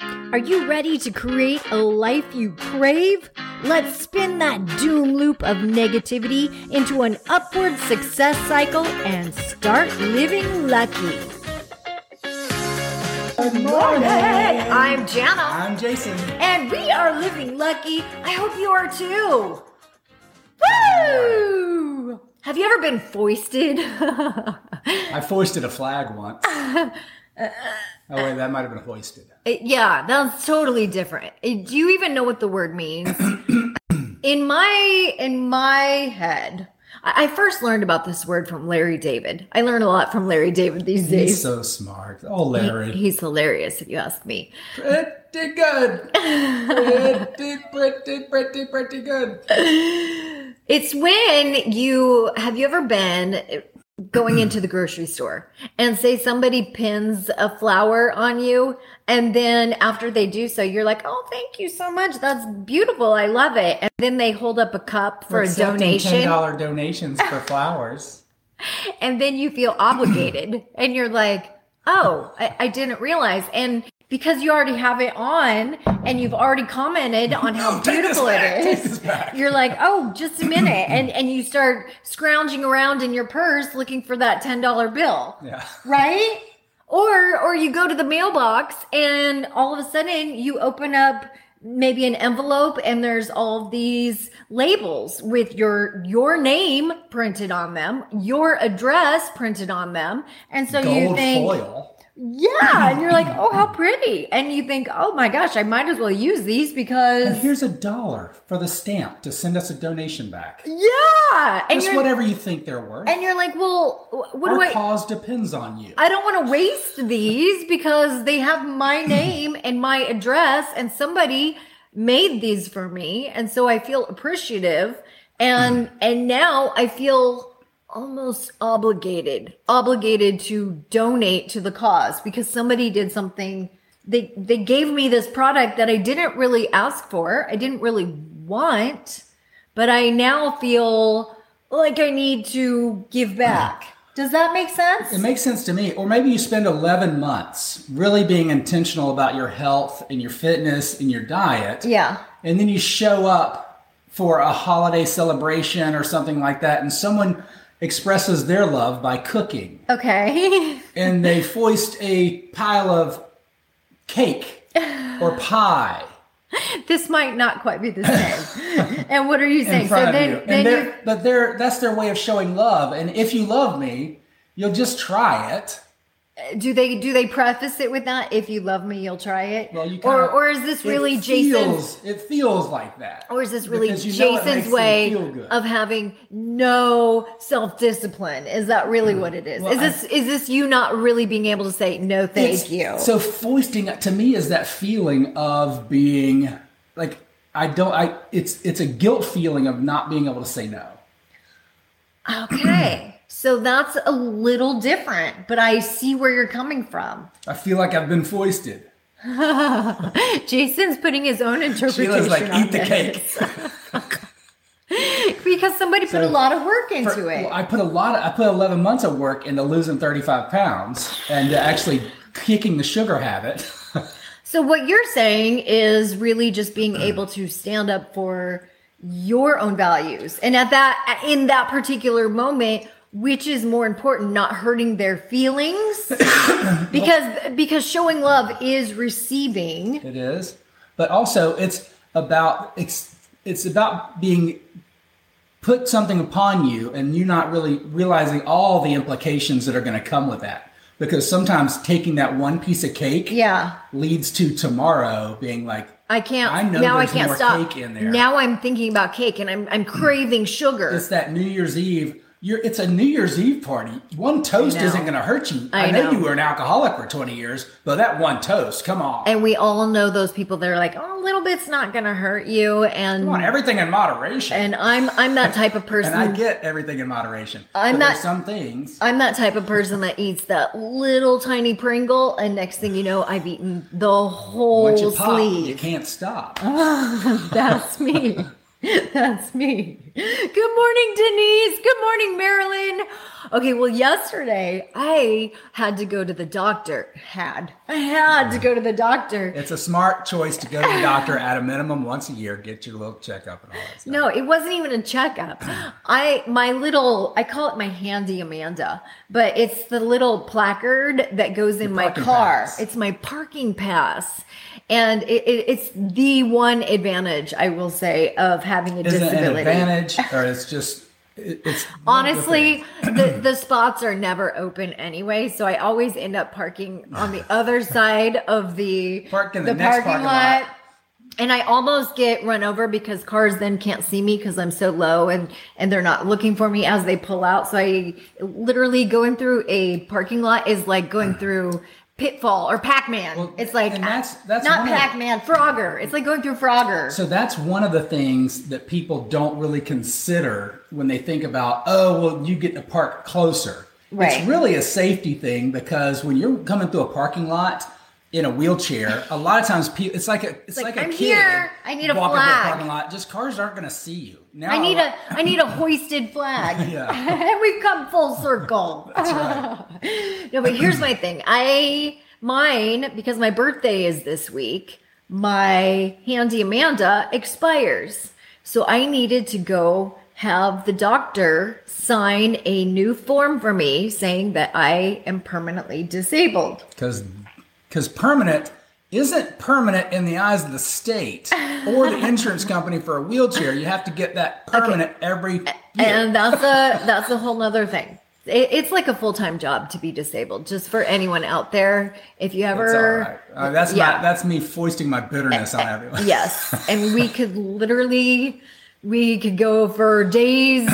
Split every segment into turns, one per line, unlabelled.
Are you ready to create a life you crave? Let's spin that doom loop of negativity into an upward success cycle and start living lucky. Good morning. I'm Jana,
I'm Jason.
and we are living lucky. I hope you are too. Woo! Have you ever been foisted?
I foisted a flag once. oh wait, that might have been hoisted.
It- yeah, that's totally different. It- do you even know what the word means? in my in my head, I, I first learned about this word from Larry David. I learn a lot from Larry David these
He's
days.
so smart. Oh, Larry.
He's hilarious, if you ask me.
Pretty good. Pretty, pretty, pretty, pretty good.
It's when you have you ever been going into the grocery store and say somebody pins a flower on you and then after they do so you're like oh thank you so much that's beautiful i love it and then they hold up a cup for a
Accepting
donation
$10 donations for flowers.
and then you feel obligated and you're like oh I, I didn't realize and because you already have it on and you've already commented on how
take this
beautiful
back,
it
take this
is
back.
you're like oh just a minute and and you start scrounging around in your purse looking for that $10 bill
Yeah.
right or or you go to the mailbox and all of a sudden you open up maybe an envelope and there's all these labels with your your name printed on them your address printed on them and so you
Gold
think
foil.
yeah and you're like oh how pretty and you think oh my gosh i might as well use these
And
because
here's a dollar for the stamp to send us a donation back.
yeah and
Just
you're,
whatever you think they're worth.
and you're like well wh- what do
Our
i
cause depends on you.
I don't want to waste these because they have my name and my address, and somebody made these for me, and so I feel appreciative, and and now I feel almost obligated, obligated to donate to the cause because somebody did something. They they gave me this product that I didn't really ask for. I didn't really want, but I now feel like I need to give back. Does that make sense?
It makes sense to me. Or maybe you spend 11 months really being intentional about your health and your fitness and your diet.
Yeah.
And then you show up for a holiday celebration or something like that, and someone expresses their love by cooking.
Okay.
And they foist a pile of cake or pie
this might not quite be the same. and what are you saying?
in front of
then,
you.
then
And they're-
you,
but they're, that's their way of showing love. And if you love me, you'll just try it.
do they do they preface it with that? If you love me, you'll try it.
Well, you kinda,
or or is this
it
really Jason's?
feels- It feels like that.
Or is this really
Because you know it makes
Jason's
them
way
feel good.
of having no self discipline? Is that really what it is?
Well,
is this is this you not really being able to say no, thank
It's-
you?
So foisting to me is that feeling of being like I don't. I it's it's a guilt feeling of not being able to say no.
okay, so that's a little different, but I see where you're coming from.
I feel like I've been foisted.
Jason's putting his own interpretation.
Sheila's like,
on
eat the
this.
cake.
because somebody put a
So,
lot of work into it.
Well, I put a lot. Of, I put eleven months of work into losing thirty five pounds and to actually kicking the sugar habit.
so what you're saying is really just being able to stand up for your own values, and at that in that particular moment, which is more important, not hurting their feelings, because because showing love is receiving.
It is, but also it's about it's it's about being put something upon you and you not really realizing all the implications that are going to come with that. Because sometimes taking that one piece of cake
Yeah,
leads to tomorrow being like,
I can't.
I know
now I
there's
can't
more
stop.
cake in there.
Now I'm thinking about cake, and I'm I'm craving sugar.
it's that New Year's Eve. You're, it's a New Year's Eve party. One toast
know.
isn't going to hurt you.
I
know,
know.
you were an alcoholic for 20 years, but that one toast, come on.
And we all know those people that are like, oh, a little bit's not gonna hurt you, and
come on, everything in moderation.
and I'm I'm that type of person.
and I get everything in moderation.
I'm
but
not-
there's some things.
I'm that type of person that eats that little tiny Pringle, and next thing you know, I've eaten the
Once
whole
you pop, you
sleeve.
can't stop.
That's me. That's me. Good morning, Denise. Good morning, Marilyn. Okay, well, yesterday I had to go to the doctor. Had. I had to go to the doctor.
It's a smart choice to go to the doctor at a minimum once a year, get your little checkup and all that stuff.
No, it wasn't even a checkup. I my little I call it my handy Amanda, but it's the little placard that goes in my
parking
car.
pass.
It's my parking pass. And it, it, it's the one advantage I will say of having a
Is it an
disability.
advantage or it's just, it- it's one of the
Honestly,
things.
the, the spots are never open anyway, so I always end up parking on the other side of the,
Park in the next parking lot.
And I almost get run over because cars then can't see me because I'm so low and and they're not looking for me as they pull out. So I literally going through a parking lot is like going through Pitfall or Pac-Man.
Well,
it's like
and that's- that's
not
one of-
Pac-Man, Frogger. It's like going through Frogger.
So that's one of the things that people don't really consider when they think about, oh, well, you get to park closer.
Right.
It's really a safety thing because when you're coming through a parking lot in a wheelchair, a lot of times people, it's like a, it's
like,
like,
"I'm
a kid
here. I need a
walking through
flag."
parking lot. Just cars aren't going to see you. Now
I need a I need a hoisted flag.
Yeah.
We've come full circle. no, but here's my thing. I mine because my birthday is this week. My handy Amanda expires. So I needed to go have the doctor sign a new form for me saying that I am permanently disabled.
because because permanent isn't permanent in the eyes of the state or the insurance company for a wheelchair. You have to get that permanent every
E-,
year.
And that's a that's a whole nother thing. It, it's like a full time job to be disabled. Just for anyone out there, if you
It's all right.
ever,
Uh, that's
yeah. E-,
my, that's me foisting my bitterness on everyone.
yes, and we could literally, we could go for days.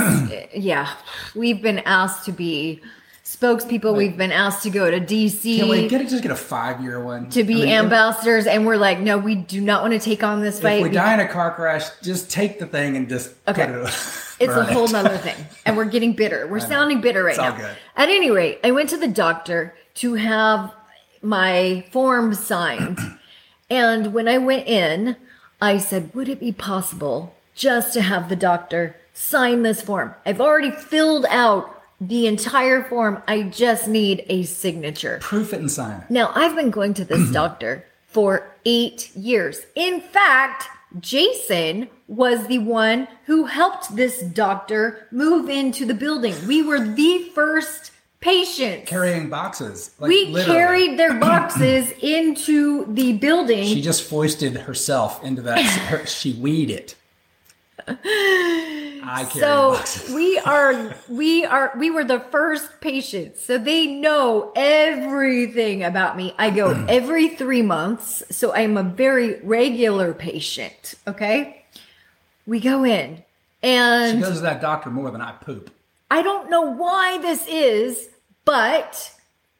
yeah, we've been asked to be spokespeople. We've been asked to go to DC.
Can we get just get a five year one
E-, to be
I mean, if-
ambassadors, and we're like, no, we do not want to take on this
If,
fight.
we
because-
die in a car crash, just take the thing and just
Okay.
put it.
It's a
burn it.
whole nother thing. And we're getting bitter. We're sounding bitter right
It's all
now.
good.
At any rate, I went to the doctor to have my form signed. and when I went in, I said, Would it be possible just to have the doctor sign this form? I've already filled out the entire form. I just need a signature.
Proof it and sign it.
Now, I've been going to this doctor for eight years. In fact, Jason was the one who helped this doctor move into the building. We were the first patients.
Carrying boxes. Like,
we
literally.
carried their boxes into the building.
She just foisted herself into that. her, she weed it. I carry
so
boxes.
we are we are we were the first patients so they know everything about me i go every three months so i'm a very regular patient okay we go in
She
and
goes to that doctor more than I poop.
I don't know why this is, but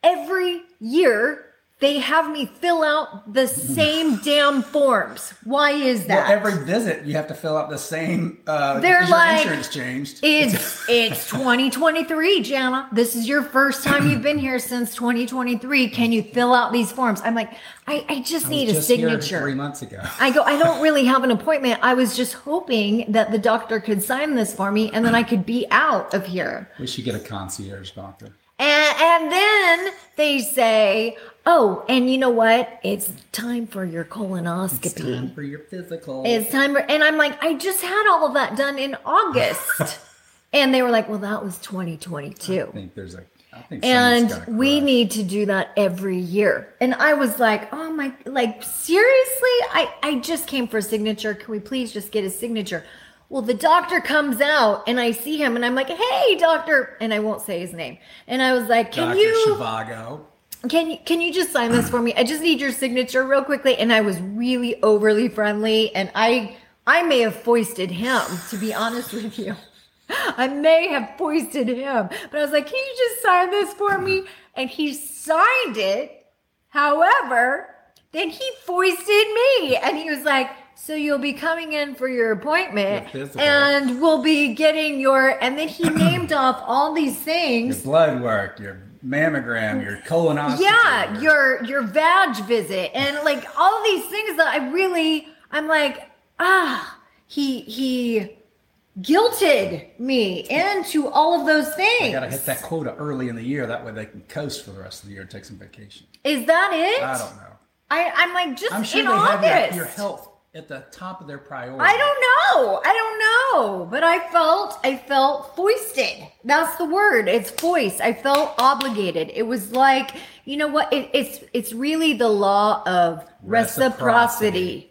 every year they have me fill out the same damn forms. Why is
Well,
that?
every visit you have to fill out the same. Uh,
They're
your
like,
insurance changed.
It's it's 2023, Jana. This is your first time you've been here since 2023. Can you fill out these forms? I'm like, I, I just need a
Just here three
signature.
months ago.
I go, I don't really have an appointment. I was just hoping that the doctor could sign this for me and then I could be out of here.
We should get a concierge doctor.
And, and then they say, Oh, and you know what? It's time for your colonoscopy.
It's time for your physical.
It's time for, and I'm like, I just had all of that done in August. and they were like, well, that was 2022.
I think there's a. I think someone's
And
got a
we
crush.
need to do that every year. And I was like, oh my, like, seriously? I, I just came for a signature. Can we please just get a signature? Well, the doctor comes out and I see him and I'm like, hey, doctor. And I won't say his name. And I was like, can
Dr.
you
Shivago.
can you can you just sign this for me i just need your signature real quickly and i was really overly friendly and i i may have foisted him to be honest with you i may have foisted him but i was like can you just sign this for me and he signed it however then he foisted me and he was like so you'll be coming in for your appointment
Your physical.
and we'll be getting your and then he named off all these
Your
things
blood work, your mammogram, your colonoscopy.
yeah your your vag visit and like all these things that i really i'm like ah he he guilted me into all of those things.
Got to hit that quota early in the year. That way they can coast for the rest of the year and take some vacation.
Is that it?
I don't know.
I, I'm like just
I'm sure
in
they
August.
have your, your health at the top of their priority.
I don't know. I don't know. But I felt I felt foisted. That's the word. It's foist. I felt obligated. It was like, you know what? It, it's it's really the law of
Reciprocity.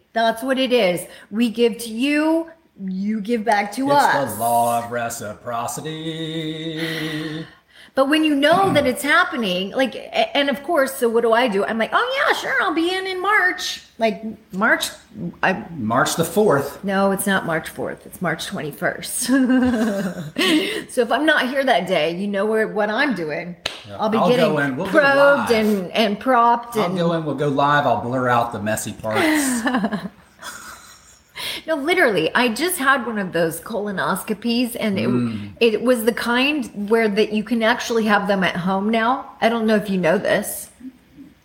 reciprocity. That's what it is. We give to you, you give back to
It's
us.
the law of reciprocity.
But when you know that it's happening, like, a- and of course, so what do I do? I'm like, oh yeah, sure, I'll be in in March. Like March, I
March the 4th.
no, it's not March 4th. It's March 21st. so if I'm not here that day, you know where what I'm doing. I'll be
I'll go
getting
in. We'll go
probed
live.
and and propped
I'll
and
go in, we'll go live. I'll blur out the messy parts.
No, literally, I just had one of those colonoscopies, and it
Mm.
it was the kind where that you can actually have them at home now. I don't know if you know this.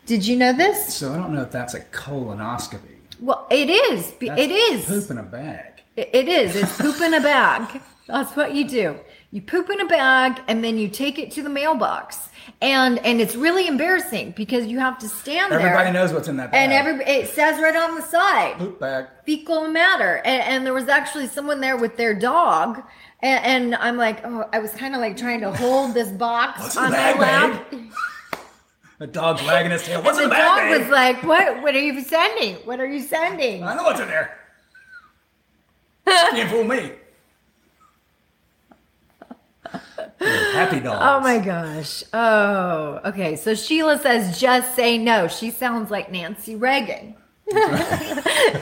Did you know this?
so I don't know if that's a colonoscopy.
Well, it is. Be-
That's
It is.
Poop in a bag.
It it is. It's poop in a bag. That's what you do. You poop in a bag and then you take it to the mailbox. And and it's really embarrassing because you have to stand there.
Everybody knows what's in that bag.
And every it says right on the side
poop bag.
fecal matter. And, and there was actually someone there with their dog. And, and I'm like, oh, I was kind of like trying to hold this box
What's in
on
the
my
bag,
lap.
babe? A dog wagging his tail. What's in
The
the bag,
dog was
babe?
like, what? What are you sending? What are you sending?
I know what's in there. Can't fool me. You're happy dogs.
Oh my gosh. Oh, okay. So Sheila says, just say no. She sounds like Nancy Reagan.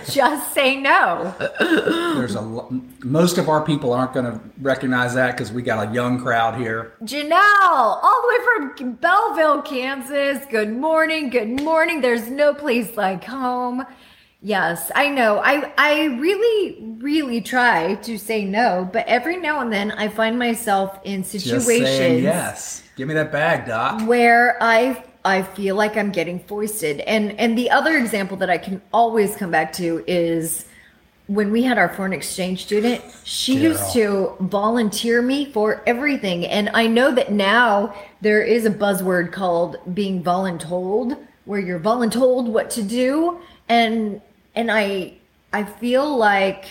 just say no.
There's a lo- most of our people aren't going to recognize that because we got a young crowd here.
Janelle, all the way from Belleville, Kansas. Good morning. Good morning. There's no place like home. Yes, I know. I I really really try to say no, but every now and then I find myself in
Just
situations
saying yes. Give me that bag, Doc.
where I I feel like I'm getting foisted. And and the other example that I can always come back to is when we had our foreign exchange student, she
Girl.
used to volunteer me for everything. And I know that now there is a buzzword called being voluntold, where you're voluntold what to do. And and I I feel like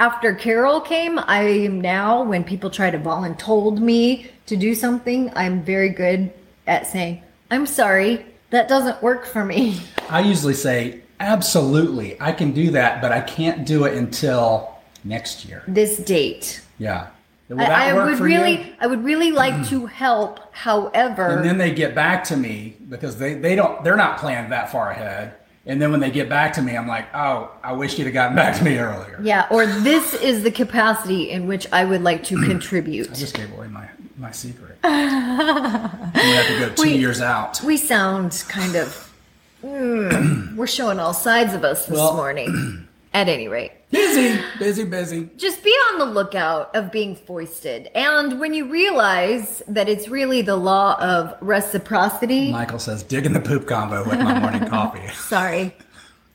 after Carol came, I am now when people try to voluntold me to do something, I'm very good at saying, I'm sorry, that doesn't work for me.
I usually say, absolutely, I can do that, but I can't do it until next year.
This date.
Yeah. Will that
I, I
work
would
for
really,
you?
I would really like to help. However,
And then they get back to me because they, they don't they're not planned that far ahead. And then when they get back to me, I'm like, oh, I wish you'd have gotten back to me earlier.
yeah, or this is the capacity in which I would like to
I
contribute.
just gave away my my secret. I'm gonna have to go two
Wait.
years out.
We sound kind of, Mm, we're showing all sides of us this
Well-
morning. At any rate.
Busy, busy, busy.
just be on the lookout of being foisted. And when you realize that it's really the law of reciprocity,
Michael says, digging the poop combo with my morning coffee.
sorry,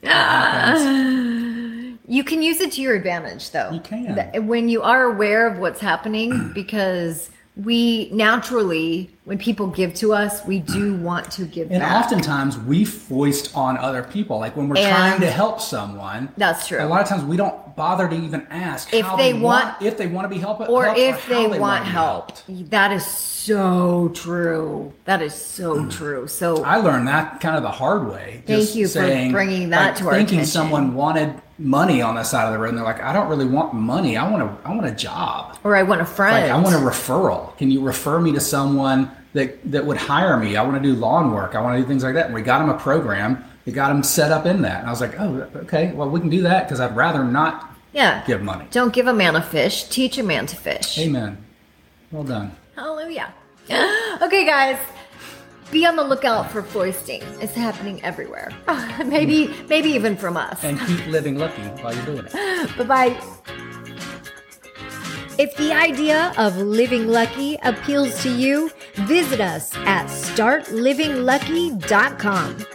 Ah.
you can use it to your advantage though.
You can.
Th- When you are aware of what's happening, because we naturally, when people give to us, we do want to give
And
back.
oftentimes we foist on other people. Like when we're
And-
trying to help someone,
That's true.
a lot of times we don't bother to even ask
If
how
they want-
if they want to be helped
or
helped
if
how
they,
wanna
want
be
help. That is so true. That is so true. So
Mm. I learned that kind of the hard way.
Thank
just
you for bringing that
like,
to our
Thinking
attention.
someone wanted money on the side of the road, and they're like, "I don't really want money. I want a, I want a job.
or I want a friend.
Like, I want a referral. Can you refer me to someone that that would hire me? I want to do lawn work. I want to do things like that." And we got him a program. We got him set up in that, and I was like, "Oh, okay. Well, we can do that because I'd rather not
yeah.
give money."
Don't give a man a fish, teach a man to fish.
Amen. Well done.
Hallelujah. Okay, guys. Be on the lookout for foisting. It's happening everywhere. maybe, maybe even from us.
And keep living lucky while you're doing it.
Bye bye. If the idea of living lucky appeals to you, visit us at startlivinglucky.com.